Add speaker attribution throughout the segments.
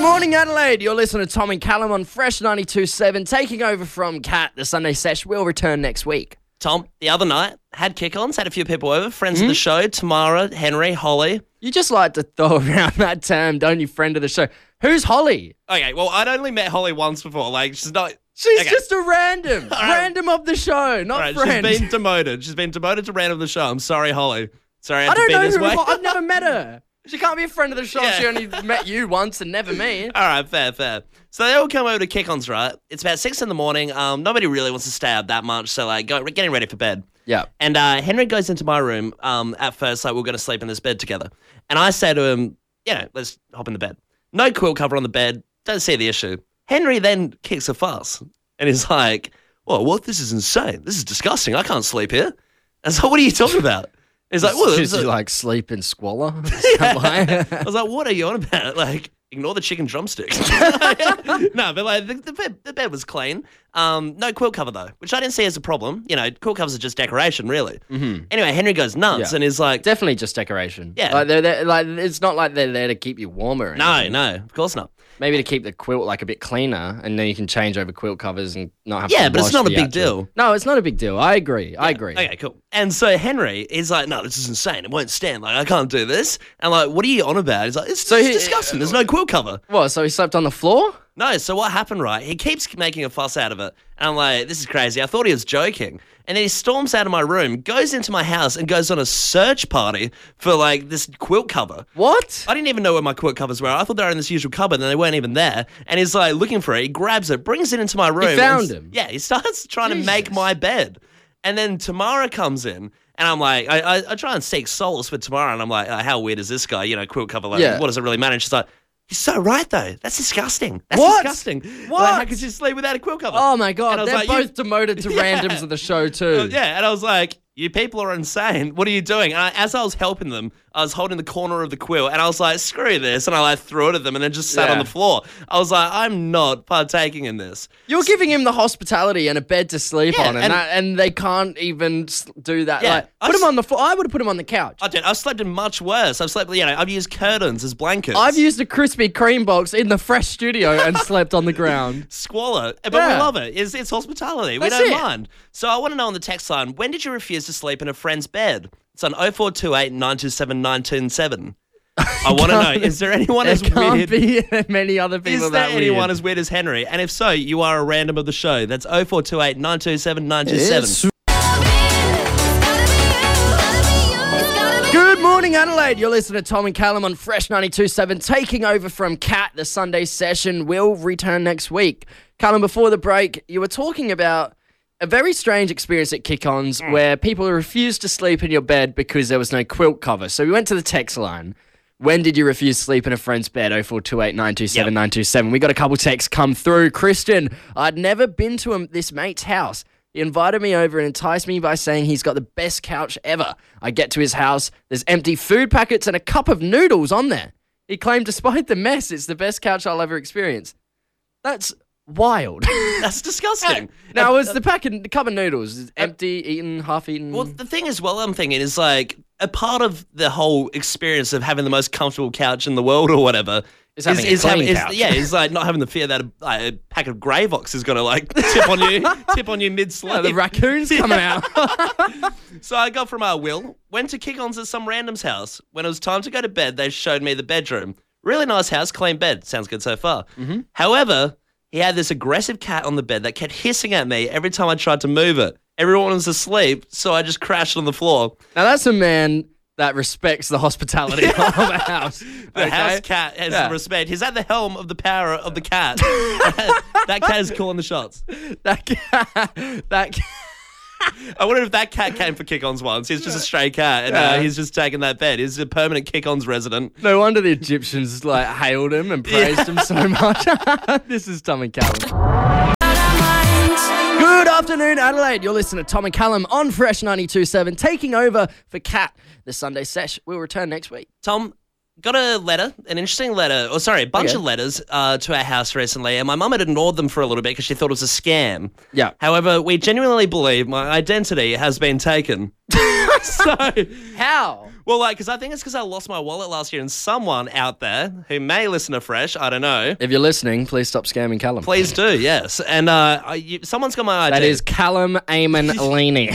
Speaker 1: Morning, Adelaide. You're listening to Tom and Callum on Fresh 92.7, taking over from Cat. The Sunday sesh will return next week.
Speaker 2: Tom, the other night, had kick ons, had a few people over, friends
Speaker 1: Hmm?
Speaker 2: of the show, Tamara, Henry, Holly.
Speaker 1: You just like to throw around that term, don't you, friend of the show? Who's Holly?
Speaker 2: Okay, well, I'd only met Holly once before. Like, she's not.
Speaker 1: She's
Speaker 2: Okay.
Speaker 1: just a random, random of the show, not
Speaker 2: All right,
Speaker 1: friend.
Speaker 2: she's been demoted. She's been demoted to random of the show. I'm sorry, Holly. Sorry, I had
Speaker 1: I
Speaker 2: to
Speaker 1: don't
Speaker 2: be
Speaker 1: know
Speaker 2: this
Speaker 1: who
Speaker 2: way.
Speaker 1: I've never met her. She can't be a friend of the show.
Speaker 2: Yeah.
Speaker 1: She only met you once and never me.
Speaker 2: All right, fair, fair. So they all come over to kick-ons, right? It's about six in the morning. Um, nobody really wants to stay up that much, so like, go, getting ready for bed.
Speaker 1: Yeah.
Speaker 2: And uh, Henry goes into my room. Um, at first, like, we are going to sleep in this bed together, and I say to him, "Yeah, let's hop in the bed. No quill cover on the bed. Don't see the issue." Henry then kicks a fuss, and he's like, "Well, what? This is insane. This is disgusting. I can't sleep here." And so, what are you talking about? He's like, "Well,
Speaker 1: Should
Speaker 2: it's
Speaker 1: you
Speaker 2: a-
Speaker 1: like sleep in squalor?
Speaker 2: I was like, what are you on about? Like, ignore the chicken drumsticks. no, but like, the, the, bed, the bed was clean. Um, no quilt cover, though, which I didn't see as a problem. You know, quilt covers are just decoration, really. Mm-hmm. Anyway, Henry goes nuts
Speaker 1: Yeah.
Speaker 2: and is like,
Speaker 1: Definitely just decoration.
Speaker 2: Yeah.
Speaker 1: Like, they're, there like it's not like they're there to keep you warmer. or
Speaker 2: no,
Speaker 1: anything.
Speaker 2: no, of course not.
Speaker 1: Maybe to keep the quilt like a bit cleaner, and then you can change over quilt covers and not have.
Speaker 2: Yeah,
Speaker 1: to
Speaker 2: but it's
Speaker 1: wash
Speaker 2: not a
Speaker 1: the
Speaker 2: big
Speaker 1: actual-
Speaker 2: deal.
Speaker 1: No, it's not a big deal. I agree. I agree.
Speaker 2: Okay, cool. And so Henry is like, no, this is insane. It won't stand. Like, I can't do this. And like, what are you on about? He's like, it's,
Speaker 1: So
Speaker 2: it's
Speaker 1: he- uh,
Speaker 2: disgusting. There's no quilt cover.
Speaker 1: What? So he slept on the floor?
Speaker 2: No, so what happened, right? He keeps making a fuss out of it. And I'm like, this is crazy. I thought he was joking. And then he storms out of my room, goes into my house, and goes on a search party for like this quilt cover.
Speaker 1: What?
Speaker 2: I didn't even know where my quilt covers were. I thought they were in this usual cupboard, and they weren't even there. And he's like looking for it. He grabs it, brings it into my room. and
Speaker 1: found
Speaker 2: s-
Speaker 1: him?
Speaker 2: Yeah, he starts trying to make my bed. And then Tamara comes in, and I'm like, I, I, I try and seek solace with Tamara, and I'm like, oh, how weird is this guy? You know, quilt cover. Like,
Speaker 1: Yeah.
Speaker 2: what does it really matter? And she's like. He's so right though. That's disgusting. That's
Speaker 1: What?
Speaker 2: disgusting.
Speaker 1: What?
Speaker 2: Like, how could you sleep without a quilt cover?
Speaker 1: Oh my
Speaker 2: And I
Speaker 1: god!
Speaker 2: was
Speaker 1: They're
Speaker 2: like, you-
Speaker 1: both demoted to
Speaker 2: Yeah.
Speaker 1: randoms of the show too.
Speaker 2: uh, Yeah, and I was like, "You people are insane. What are you doing?" And I, as I was helping them, I was holding the corner of the quill, and I was like, "Screw this!" And I like threw it at them, and then just sat on
Speaker 1: Yeah.
Speaker 2: the floor. I was like, "I'm not partaking in this."
Speaker 1: You're giving him the hospitality and a bed to sleep
Speaker 2: Yeah,
Speaker 1: on, and,
Speaker 2: and-
Speaker 1: that, and they can't even s- do that.
Speaker 2: Yeah,
Speaker 1: like,
Speaker 2: I
Speaker 1: put him
Speaker 2: s-
Speaker 1: on the floor. I would have put him on the couch.
Speaker 2: I did. I've slept in much worse. I've slept, you know, I've used curtains as blankets.
Speaker 1: I've used a Krispy Kreme box in the fresh studio and slept on the ground.
Speaker 2: squalor, but we
Speaker 1: Yeah.
Speaker 2: love it. It's, it's hospitality.
Speaker 1: That's
Speaker 2: we don't
Speaker 1: it.
Speaker 2: mind. So I want to know on the text line, when did you refuse to sleep in a friend's bed? It's on 0428 927 927. I want to know, is there anyone
Speaker 1: There
Speaker 2: as weird?
Speaker 1: can't be many other people
Speaker 2: Is there
Speaker 1: that
Speaker 2: anyone
Speaker 1: weird.
Speaker 2: as weird as Henry? And if so, you are a random of the show. That's 0428 927 927.
Speaker 1: Good morning, Adelaide. You're listening to Tom and Callum on Fresh 92.7, taking over from Cat. The Sunday session will return next week. Callum, before the break, you were talking about a very strange experience at Kick Ons where people refused to sleep in your bed because there was no quilt cover. So we went to the text line. When did you refuse to sleep in a friend's bed? 0428 927 927. We got a couple texts come through. Kristen, I'd never been to him, this mate's house. He invited me over and enticed me by saying he's got the best couch ever. I get to his house, there's empty food packets and a cup of noodles on there. He claimed, despite the mess, it's the best couch I'll ever experience. That's wild.
Speaker 2: That's disgusting.
Speaker 1: now, was the packet, the cup of noodles empty, eaten, half eaten?
Speaker 2: Well, the thing is, well, I'm thinking is like a part of the whole experience of having the most comfortable couch in the world or whatever.
Speaker 1: Is having a clean
Speaker 2: having- is-
Speaker 1: couch.
Speaker 2: yeah, it's like not having the fear that a, like, a pack of Gravox is going to like tip on you, tip on you mid
Speaker 1: Oh,
Speaker 2: sleep.
Speaker 1: the raccoon's coming out.
Speaker 2: So I got from our will, went to kick ons at some random's house. When it was time to go to bed, they showed me the bedroom. Really nice house, clean bed. Sounds good so far.
Speaker 1: Mm-hmm.
Speaker 2: However, he had this aggressive cat on the bed that kept hissing at me every time I tried to move it. Everyone was asleep, so I just crashed on the floor.
Speaker 1: now, that's a man that respects the hospitality of a house.
Speaker 2: The house cat has
Speaker 1: Yeah.
Speaker 2: some respect. He's at the helm of the power of the cat. that cat is calling the shots.
Speaker 1: That cat, that cat.
Speaker 2: I wonder if that cat came for kick-ons once. He's just a stray cat, and uh,
Speaker 1: Yeah.
Speaker 2: he's just taking that bed. He's a permanent kick-ons resident.
Speaker 1: No wonder the Egyptians like hailed him and praised him so much. this is Tom and Callum. Good afternoon, Adelaide. You're listening to Tom and Callum on Fresh 92.7, taking over for Cat. The Sunday sesh will return next week.
Speaker 2: Tom, got a letter, an interesting letter, or sorry, a bunch
Speaker 1: Okay.
Speaker 2: of letters uh, to our house recently, and my mum had ignored them for a little bit because she thought it was a scam.
Speaker 1: Yeah.
Speaker 2: However, we genuinely believe my identity has been taken. so,
Speaker 1: How?
Speaker 2: well, like, because I think it's because I lost my wallet last year, and someone out there who may listen afresh, I don't know,
Speaker 1: If you're listening, please stop scamming Callum.
Speaker 2: please do, yes. And uh, I, you, someone's got my ID.
Speaker 1: That is Callum Amon Laney.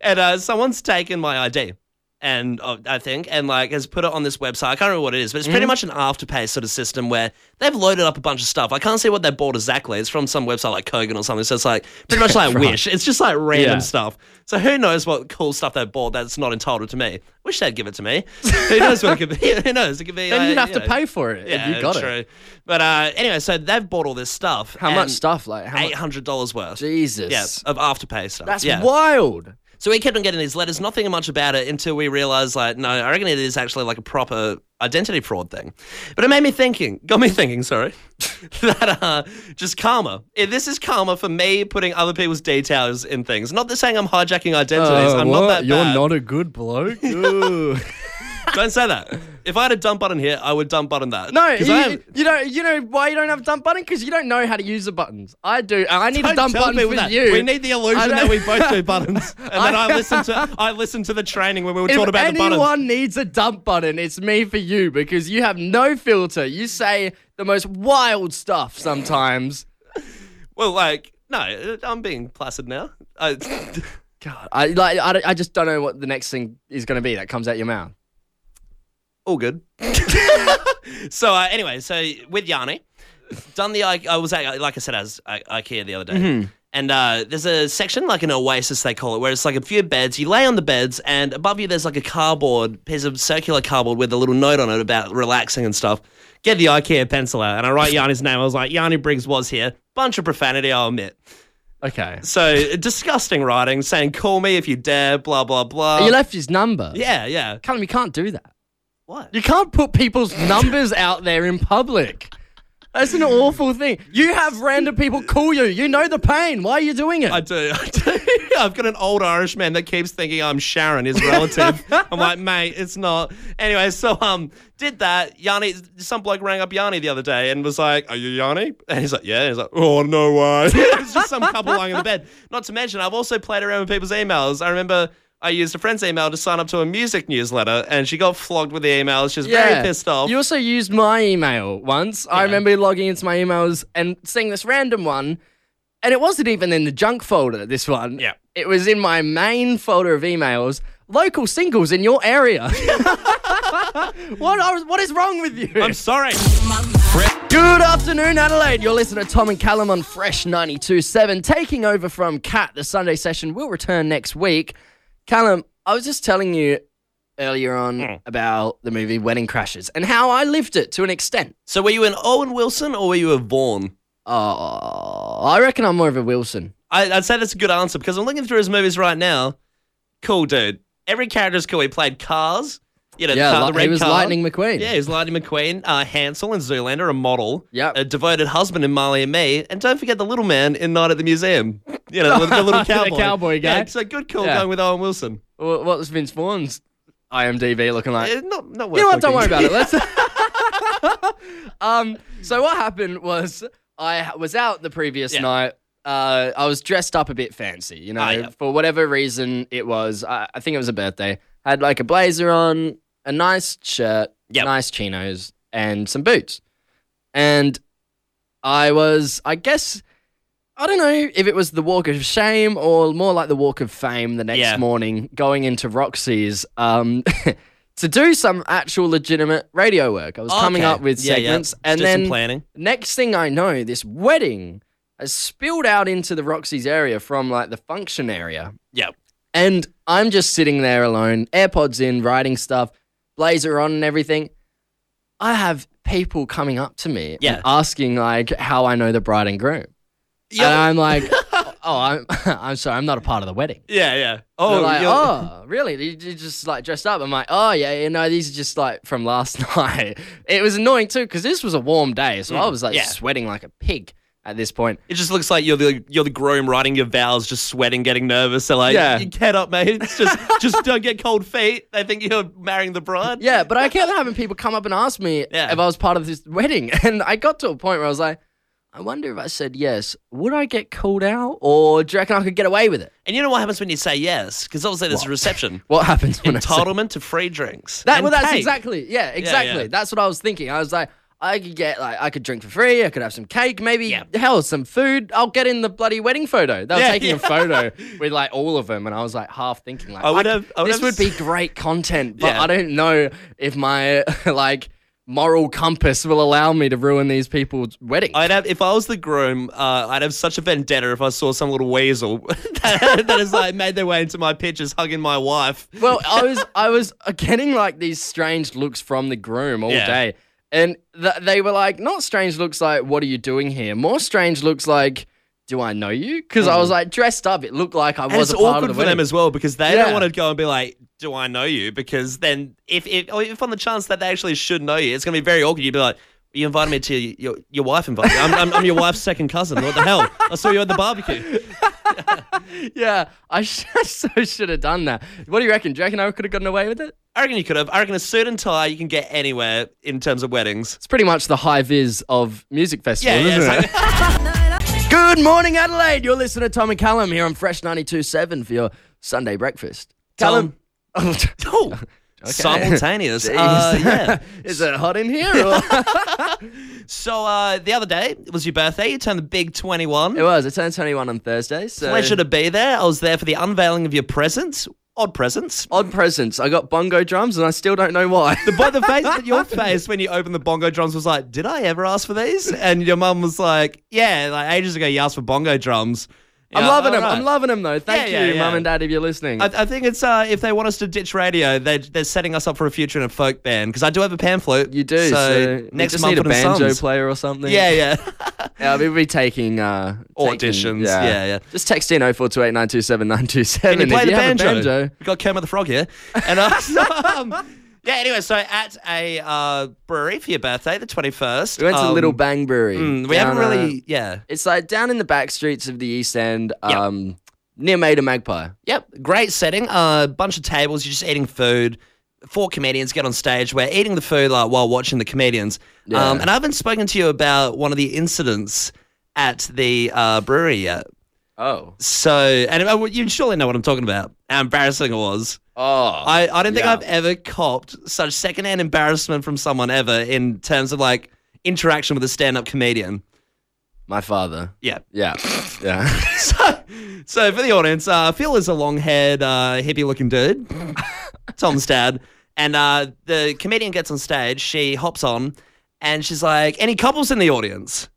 Speaker 2: and uh, someone's taken my ID, and uh, I think, and like has put it on this website. I can't remember what it is, but it's
Speaker 1: Mm-hmm.
Speaker 2: pretty much an afterpay sort of system where they've loaded up a bunch of stuff. I can't see what they bought exactly. It's from some website like Kogan or something. So it's like pretty much like Wish. It's just like random
Speaker 1: Yeah.
Speaker 2: stuff. So who knows what cool stuff they bought that's not entitled to me? Wish they'd give it to me. who knows what it could be? Who knows? It could be.
Speaker 1: then
Speaker 2: like,
Speaker 1: you'd have
Speaker 2: you
Speaker 1: to
Speaker 2: know,
Speaker 1: pay for it
Speaker 2: Yeah,
Speaker 1: if you got
Speaker 2: true.
Speaker 1: it.
Speaker 2: But uh, anyway, so they've bought all this stuff.
Speaker 1: How much stuff? Like how
Speaker 2: Eight
Speaker 1: much?
Speaker 2: hundred dollars worth.
Speaker 1: Jesus.
Speaker 2: Yeah, of afterpay stuff.
Speaker 1: That's
Speaker 2: yeah.
Speaker 1: wild.
Speaker 2: So we kept on getting these letters, nothing much about it until we realized, like, no, I reckon it is actually like a proper identity fraud thing. But it made me thinking, got me thinking, sorry, that uh, just karma. If this is karma for me putting other people's details in things. Not that saying I'm hijacking identities.
Speaker 1: Uh,
Speaker 2: I'm not that bad.
Speaker 1: a good bloke. no,
Speaker 2: Don't say that. If I had a dump button here, I would dump button that.
Speaker 1: you,
Speaker 2: because I have,
Speaker 1: you don't. You know why you don't have a dump button? Because you don't know how to use the buttons. I do. and I need a
Speaker 2: don't
Speaker 1: dump
Speaker 2: tell
Speaker 1: button
Speaker 2: people
Speaker 1: for
Speaker 2: that.
Speaker 1: you.
Speaker 2: We need the illusion
Speaker 1: I
Speaker 2: that
Speaker 1: know.
Speaker 2: we both do buttons, and then
Speaker 1: I-
Speaker 2: I, listened to I listened to the training when we were
Speaker 1: if
Speaker 2: taught about the
Speaker 1: anyone
Speaker 2: buttons.
Speaker 1: needs a dump button, it's me for you because you have no filter. You say the most wild stuff sometimes.
Speaker 2: Well, like, no, I'm being placid now. I, God,
Speaker 1: I like. I, don't- I just don't know what the next thing is going to be that comes out your mouth.
Speaker 2: all good. so, uh, anyway, so with Yanni, done the. I, I was at, like I said, I was at IKEA the other day. And uh, there's a section, like an oasis, they call it, where it's like a few beds. You lay on the beds, and above you, there's like a cardboard piece of circular cardboard with a little note on it about relaxing and stuff. Get the IKEA pencil out, and I write Yanni's name. I was like, Yanni Briggs was here. Bunch of profanity, I'll admit.
Speaker 1: Okay.
Speaker 2: So disgusting writing saying, call me if you dare, blah, blah, blah.
Speaker 1: you left his number.
Speaker 2: yeah, yeah.
Speaker 1: Callum, you can't do that.
Speaker 2: What?
Speaker 1: You can't put people's numbers out there in public. That's an awful thing. You have random people call you. You know the pain. Why are you doing it?
Speaker 2: I do. I do. I've got an old Irish man that keeps thinking I'm Sharon, his relative. I'm like, mate, it's not. Anyway, so um, did that. Yanni, some bloke rang up Yanni the other day and was like, "Are you Yanni?" And he's like, "Yeah." He's like, "Oh no way." it's just some couple lying in the bed. Not to mention, I've also played around with people's emails. I remember. I used a friend's email to sign up to a music newsletter, and she got flogged with the emails. She was very pissed off.
Speaker 1: You also used my email once. I remember logging into my emails and seeing this random one, and it wasn't even in the junk folder, this one.
Speaker 2: Yeah.
Speaker 1: It was in my main folder of emails. Local singles in your area. what, are- what is wrong with you?
Speaker 2: I'm sorry.
Speaker 1: Good afternoon, Adelaide. You're listening to Tom and Callum on Fresh 92.7. Taking over from Kat, the Sunday session will return next week. Callum, I was just telling you earlier on
Speaker 2: Hmm.
Speaker 1: about the movie Wedding Crashes and how I lived it to an extent.
Speaker 2: So, were you an Owen Wilson or were you a Vaughn?
Speaker 1: Oh, I reckon I'm more of a Wilson.
Speaker 2: I, I'd say that's a good answer because I'm looking through his movies right now. Cool dude. Every character's cool. He played Cars. You know, the
Speaker 1: Yeah,
Speaker 2: car-
Speaker 1: li-
Speaker 2: the red
Speaker 1: he was
Speaker 2: car.
Speaker 1: Lightning McQueen.
Speaker 2: Yeah, he was Lightning McQueen, uh, Hansel and Zoolander, a model.
Speaker 1: Yep.
Speaker 2: A devoted husband in Marley and Me, and don't forget the little man in Night at the Museum. You know, the, the little
Speaker 1: The
Speaker 2: cowboy.
Speaker 1: cowboy guy.
Speaker 2: Yeah, so good call
Speaker 1: Yeah.
Speaker 2: going with Owen Wilson.
Speaker 1: Wh- What was Vince Vaughn's IMDb looking like?
Speaker 2: Eh, not, not worth
Speaker 1: You know what? Don't worry
Speaker 2: looking.
Speaker 1: about it. Let's. um. So what happened was I ha- was out the previous
Speaker 2: Yeah.
Speaker 1: night. Uh, I was dressed up a bit fancy, you know,
Speaker 2: Ah, yeah.
Speaker 1: for whatever reason it was. I, I think it was a birthday. Had like a blazer on, a nice shirt,
Speaker 2: Yep.
Speaker 1: nice chinos, and some boots. And I was, I guess, I don't know if it was the walk of shame or more like the walk of fame the next
Speaker 2: Yeah.
Speaker 1: morning going into Roxy's um, to do some actual legitimate radio work. I was coming
Speaker 2: Okay.
Speaker 1: up with
Speaker 2: Yeah, yeah.
Speaker 1: segments.
Speaker 2: Let's
Speaker 1: And
Speaker 2: do some
Speaker 1: then
Speaker 2: planning.
Speaker 1: next thing I know, this wedding has spilled out into the Roxy's area from like the function area.
Speaker 2: Yeah.
Speaker 1: And I'm just sitting there alone, AirPods in, writing stuff, blazer on and everything. I have people coming up to me
Speaker 2: Yeah.
Speaker 1: and asking like how I know the bride and groom. And
Speaker 2: Yeah.
Speaker 1: I'm like, oh, I'm, I'm sorry, I'm not a part of the wedding.
Speaker 2: Yeah, yeah.
Speaker 1: Oh,
Speaker 2: Oh,
Speaker 1: like,
Speaker 2: you're-
Speaker 1: oh, really? You, you just like dressed up? I'm like, oh yeah, you know, these are just like from last night. It was annoying too because this was a warm day, so I was like
Speaker 2: Mm, yeah.
Speaker 1: sweating like a pig at this point.
Speaker 2: It just looks like you're the you're the groom writing your vows, just sweating, getting nervous. So like,
Speaker 1: Yeah.
Speaker 2: you get up, mate. It's just just don't get cold feet. They think you're marrying the bride.
Speaker 1: Yeah, but I kept having people come up and ask me
Speaker 2: Yeah.
Speaker 1: if I was part of this wedding, and I got to a point where I was like, I wonder if I said yes, would I get called out, or do you reckon I could get away with it?
Speaker 2: And you know what happens when you say yes? Because obviously there's a reception.
Speaker 1: What happens when I say
Speaker 2: Entitlement to free drinks.
Speaker 1: That
Speaker 2: and
Speaker 1: well, that's
Speaker 2: cake.
Speaker 1: exactly yeah, exactly.
Speaker 2: yeah.
Speaker 1: That's what I was thinking. I was like, I could get like I could drink for free. I could have some cake, maybe
Speaker 2: Yeah.
Speaker 1: hell some food. I'll get in the bloody wedding photo. They were
Speaker 2: Yeah,
Speaker 1: taking
Speaker 2: yeah.
Speaker 1: a photo with like all of them, and I was like half thinking like,
Speaker 2: I
Speaker 1: could-
Speaker 2: would have- I would
Speaker 1: this
Speaker 2: have
Speaker 1: would be
Speaker 2: s-
Speaker 1: great content, but
Speaker 2: Yeah.
Speaker 1: I don't know if my like moral compass will allow me to ruin these people's wedding.
Speaker 2: I'd have if I was the groom, uh, I'd have such a vendetta if I saw some little weasel that, that has like made their way into my pictures, hugging my wife.
Speaker 1: well, I was I was uh, getting like these strange looks from the groom all
Speaker 2: Yeah.
Speaker 1: day, and th- they were like not strange looks like what are you doing here? More strange looks like do I know you? Because I was like dressed up. It looked like I
Speaker 2: Mm. And
Speaker 1: was
Speaker 2: it's
Speaker 1: a part
Speaker 2: awkward
Speaker 1: of
Speaker 2: for
Speaker 1: the
Speaker 2: them
Speaker 1: wedding.
Speaker 2: as well because they
Speaker 1: Yeah.
Speaker 2: don't want to go and be like, "Do I know you?" Because then, if if, or if on the chance that they actually should know you, it's going to be very awkward. You'd be like, "You invited me to your your wife invited me. I'm, I'm, I'm your wife's second cousin. What the hell? I saw you at the barbecue."
Speaker 1: yeah, I, sh- I so should have done that. What do you reckon? Do you reckon I could have gotten away with it?
Speaker 2: I reckon you could have. I reckon a suit and tie you can get anywhere in terms of weddings.
Speaker 1: It's pretty much the high viz of music festivals,
Speaker 2: yeah,
Speaker 1: isn't
Speaker 2: so-
Speaker 1: it? Good morning, Adelaide. You're listening to Tom and Callum here on Fresh 92.7 for your Sunday breakfast.
Speaker 2: Tom.
Speaker 1: Callum.
Speaker 2: Oh, simultaneous. Uh, yeah.
Speaker 1: Is it hot in here? Or?
Speaker 2: So uh, the other day it was your birthday. You turned the big twenty-one.
Speaker 1: It was. uh, It turned 21 on Thursday. So
Speaker 2: Pleasure to be there. I was there for the unveiling of your presents. Odd presents.
Speaker 1: odd presents. I got bongo drums, and I still don't know why.
Speaker 2: By the face that your face when you opened the bongo drums was like, did I ever ask for these? And your mum was like, yeah, like ages ago you asked for bongo drums. You
Speaker 1: I'm
Speaker 2: know,
Speaker 1: loving them.
Speaker 2: alright.
Speaker 1: I'm loving them though. Thank
Speaker 2: Yeah, yeah,
Speaker 1: you,
Speaker 2: yeah.
Speaker 1: mum and dad, if you're listening.
Speaker 2: I, I think it's uh, if they want us to ditch radio, they, they're setting us up for a future in a folk band because I do have a pan flute.
Speaker 1: you do. So, you
Speaker 2: next
Speaker 1: just
Speaker 2: month
Speaker 1: need a
Speaker 2: for the
Speaker 1: banjo
Speaker 2: sums.
Speaker 1: player or something.
Speaker 2: Yeah, yeah.
Speaker 1: yeah we'll be taking uh, taking-
Speaker 2: Auditions. Yeah, yeah.
Speaker 1: Just text in 0428 927 927.
Speaker 2: Can you play
Speaker 1: if
Speaker 2: the
Speaker 1: you have a
Speaker 2: banjo? We've got Kermit the Frog here. And uh, so, um, yeah, anyway, so at a uh, brewery for your birthday, the 21st.
Speaker 1: We went to
Speaker 2: um,
Speaker 1: Little Bang Brewery.
Speaker 2: mm, We
Speaker 1: down,
Speaker 2: haven't really,
Speaker 1: uh,
Speaker 2: yeah.
Speaker 1: it's like down in the back streets of the East End,
Speaker 2: Yep.
Speaker 1: um, near Maida Magpie.
Speaker 2: Yep, great setting. A bunch of tables, you're just eating food. Four comedians get on stage. We're eating the food like while watching the comedians.
Speaker 1: Yeah.
Speaker 2: Um, and I haven't spoken to you about one of the incidents at the uh, brewery yet.
Speaker 1: Oh.
Speaker 2: So, and uh, you surely know what I'm talking about. How embarrassing it was.
Speaker 1: Oh.
Speaker 2: I, I don't think
Speaker 1: Yeah.
Speaker 2: I've ever copped such secondhand embarrassment from someone ever in terms of like interaction with a stand up comedian.
Speaker 1: My father.
Speaker 2: Yeah.
Speaker 1: Yeah. Yeah.
Speaker 2: So, so for the audience, uh, Phil is a long haired, uh, hippie looking dude, Tom's dad. And uh, the comedian gets on stage, she hops on, and she's like, Any couples in the audience?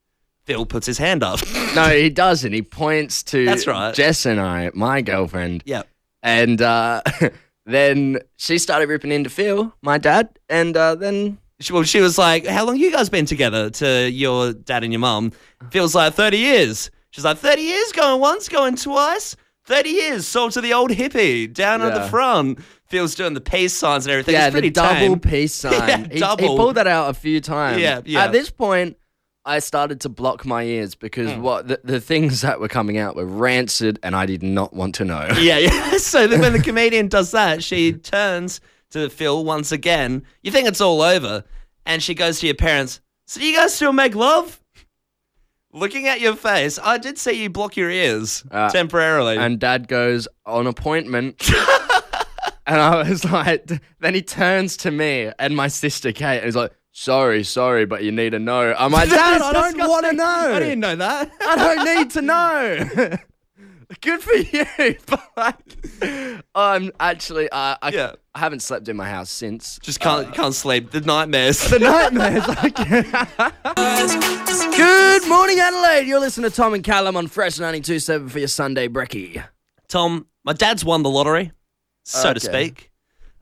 Speaker 2: Phil puts his hand up.
Speaker 1: No, he doesn't. He points to
Speaker 2: That's right.
Speaker 1: Jess and I, my girlfriend,
Speaker 2: yep.
Speaker 1: and uh, then she started ripping into Phil, my dad, and uh, then
Speaker 2: She, well, she was like, "How long you guys been together?" To your dad and your mum, feels like thirty years. She's like, 30 years, going once, going twice, thirty years." Sold to the old hippie down at the
Speaker 1: Yeah.
Speaker 2: front. Phil's doing the peace signs and everything.
Speaker 1: yeah,
Speaker 2: it's pretty
Speaker 1: the double
Speaker 2: tame.
Speaker 1: peace sign.
Speaker 2: Yeah,
Speaker 1: He- he,
Speaker 2: double.
Speaker 1: pulled that out a few times.
Speaker 2: Yeah, yeah.
Speaker 1: At this point, I started to block my ears because
Speaker 2: Hmm.
Speaker 1: what the, the things that were coming out were rancid, and I did not want to know.
Speaker 2: Yeah, yeah. So then when the comedian does that, she turns to Phil once again. You think it's all over, and she goes to your parents. So you guys still make love? Looking at your face, I did see you block your ears
Speaker 1: Uh,
Speaker 2: temporarily.
Speaker 1: And dad goes, on appointment. and I was like, then he turns to me and my sister Kate and he's like, sorry, sorry, but you need to know. I'm like, Dad,
Speaker 2: That
Speaker 1: I
Speaker 2: is
Speaker 1: don't want to
Speaker 2: disgusting.
Speaker 1: know.
Speaker 2: I didn't know that.
Speaker 1: I don't need to know. Good for you. but like, I'm actually, I I,
Speaker 2: Yeah.
Speaker 1: I haven't slept in my house since.
Speaker 2: Just can't can't sleep. The nightmares.
Speaker 1: Uh, the nightmares. like- Good morning, Adelaide. You're listening to Tom and Callum on Fresh 92.7 for your Sunday brekkie.
Speaker 2: Tom, my dad's won the lottery, so
Speaker 1: Okay.
Speaker 2: to speak.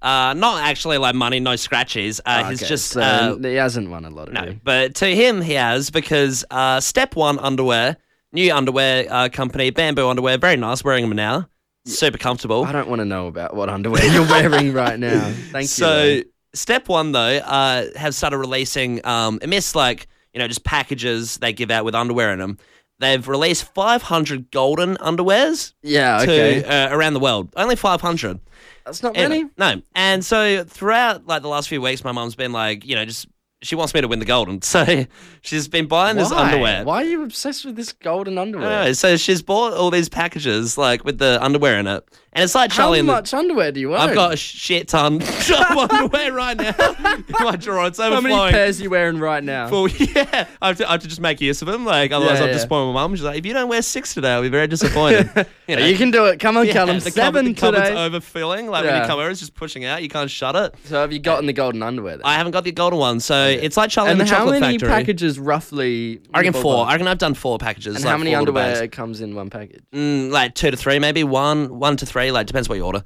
Speaker 2: Uh, not actually like money, no scratches. Uh, He's
Speaker 1: Okay,
Speaker 2: just
Speaker 1: so
Speaker 2: uh,
Speaker 1: he hasn't won a lottery.
Speaker 2: no, but to him he has because uh, step one underwear, new underwear uh, company, Bamboo underwear, very nice. Wearing them now, super comfortable.
Speaker 1: I don't want to know about what underwear you're wearing right now. Thank you.
Speaker 2: So
Speaker 1: though.
Speaker 2: step one though, uh, have started releasing um, amidst like you know just packages they give out with underwear in them. They've released 500 golden underwears
Speaker 1: yeah, okay.
Speaker 2: to uh, around the world. Only 500.
Speaker 1: That's not
Speaker 2: Anyway,
Speaker 1: many.
Speaker 2: No. And so throughout like the last few weeks, my mum's been like, you know, just she wants me to win the golden. So she's been buying this
Speaker 1: Why?
Speaker 2: underwear.
Speaker 1: Why are you obsessed with this golden
Speaker 2: I
Speaker 1: underwear?
Speaker 2: don't know. Ah, So she's bought all these packages like with the underwear in it, and it's like
Speaker 1: How
Speaker 2: Charlie. and the-
Speaker 1: much underwear do you own?
Speaker 2: I've got a shit ton of underwear right now in my drawer. It's
Speaker 1: How
Speaker 2: overflowing.
Speaker 1: many pairs are you wearing right now?
Speaker 2: Well, yeah, I have, to, I have to just make use of them. Like, otherwise,
Speaker 1: Yeah,
Speaker 2: I'll
Speaker 1: yeah.
Speaker 2: disappoint my mum. She's like, if you don't wear six today, I'll be very disappointed. know?
Speaker 1: Oh, You can do it. Come on,
Speaker 2: Yeah,
Speaker 1: Callum.
Speaker 2: the cupboard-
Speaker 1: Seven
Speaker 2: the cupboard's
Speaker 1: today.
Speaker 2: overfilling. Like when
Speaker 1: Yeah.
Speaker 2: you come over, it's just pushing out. You can't shut it.
Speaker 1: So have you gotten the golden underwear? Then?
Speaker 2: I haven't got the golden one, so it's like Charlie
Speaker 1: and
Speaker 2: and the
Speaker 1: how
Speaker 2: Chocolate
Speaker 1: many
Speaker 2: Factory.
Speaker 1: packages roughly?
Speaker 2: I reckon
Speaker 1: you bought?
Speaker 2: four. I reckon I've done four packages.
Speaker 1: And
Speaker 2: like
Speaker 1: how many
Speaker 2: four little bags.
Speaker 1: underwear comes in one package?
Speaker 2: mm, like two to three, maybe one, one to three, like depends what you order.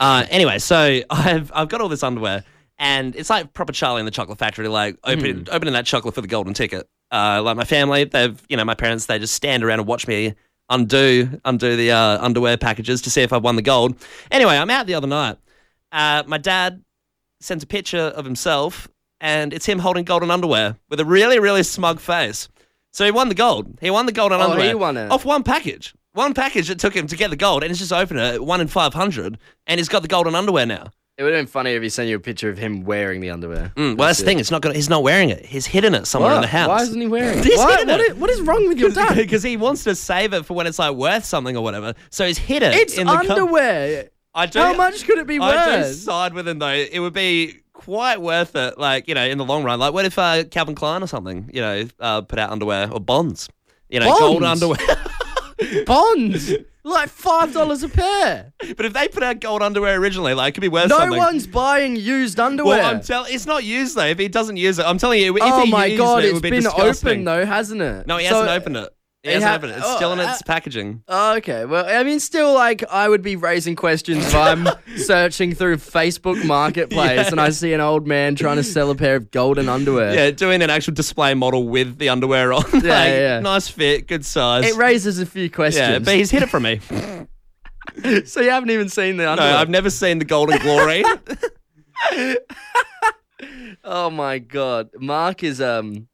Speaker 2: Uh, anyway, so I've I've got all this underwear, and it's like proper Charlie in the Chocolate Factory, like open, opening that chocolate for the golden ticket. Uh, like my family, they've you know my parents, they just stand around and watch me undo undo the uh, underwear packages to see if I've won the gold. Anyway, I'm out the other night. Uh, my dad sends a picture of himself, and it's him holding golden underwear with a really really smug face. So he won the gold. He won the golden
Speaker 1: Oh, he
Speaker 2: underwear
Speaker 1: won it.
Speaker 2: off one package. One package that took him to get the gold, and it's just opened it at one in five hundred, and he's got the golden underwear now.
Speaker 1: It would have been funny if he sent you a picture of him wearing the underwear.
Speaker 2: Mm, well, that's the thing. It's not gonna, He's not wearing it. He's hidden it somewhere in the house.
Speaker 1: Why isn't he wearing it?
Speaker 2: He's
Speaker 1: Why-
Speaker 2: hidden
Speaker 1: what,
Speaker 2: it.
Speaker 1: is, what is wrong with your dad?
Speaker 2: because he wants to save it for when it's like worth something or whatever. So he's hidden.
Speaker 1: It's
Speaker 2: in the cup-
Speaker 1: underwear.
Speaker 2: I do.
Speaker 1: How much could it be
Speaker 2: I do
Speaker 1: worth?
Speaker 2: side with him though. It would be quite worth it. Like you know, in the long run. Like what if uh, Calvin Klein or something? You know, uh, put out underwear or Bonds. You know, gold
Speaker 1: Bonds?
Speaker 2: underwear.
Speaker 1: Bonds, like five dollars a pair.
Speaker 2: but if they put out gold underwear originally, like it could be worth
Speaker 1: No
Speaker 2: something.
Speaker 1: one's buying used underwear.
Speaker 2: Well, I'm telling it's not used though. If he doesn't use it, I'm telling you. If
Speaker 1: oh
Speaker 2: he
Speaker 1: my
Speaker 2: used
Speaker 1: god,
Speaker 2: it, it
Speaker 1: it's
Speaker 2: would be
Speaker 1: been
Speaker 2: disgusting.
Speaker 1: open though, hasn't it?
Speaker 2: No, he
Speaker 1: So-
Speaker 2: hasn't opened it. He,
Speaker 1: He
Speaker 2: hasn't
Speaker 1: ha-
Speaker 2: opened it. It's
Speaker 1: oh,
Speaker 2: still in
Speaker 1: uh,
Speaker 2: its packaging.
Speaker 1: Okay, well, I mean, still, like, I would be raising questions if I'm searching through Facebook Marketplace
Speaker 2: Yeah.
Speaker 1: and I see an old man trying to sell a pair of golden underwear.
Speaker 2: Yeah, doing an actual display model with the underwear on. like,
Speaker 1: yeah, yeah.
Speaker 2: Nice fit, good size.
Speaker 1: It raises a few
Speaker 2: yeah,
Speaker 1: questions.
Speaker 2: but he's hid it from me.
Speaker 1: so you haven't even seen the
Speaker 2: No,
Speaker 1: underwear.
Speaker 2: I've never seen the Golden Glory.
Speaker 1: oh my god, Mark is um.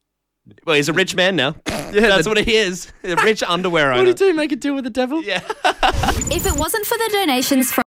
Speaker 2: well, he's a rich man now. That's what he is. A rich underwear
Speaker 1: What do
Speaker 2: owner.
Speaker 1: you do? Make a deal with the devil?
Speaker 2: yeah.
Speaker 3: If it wasn't for the donations from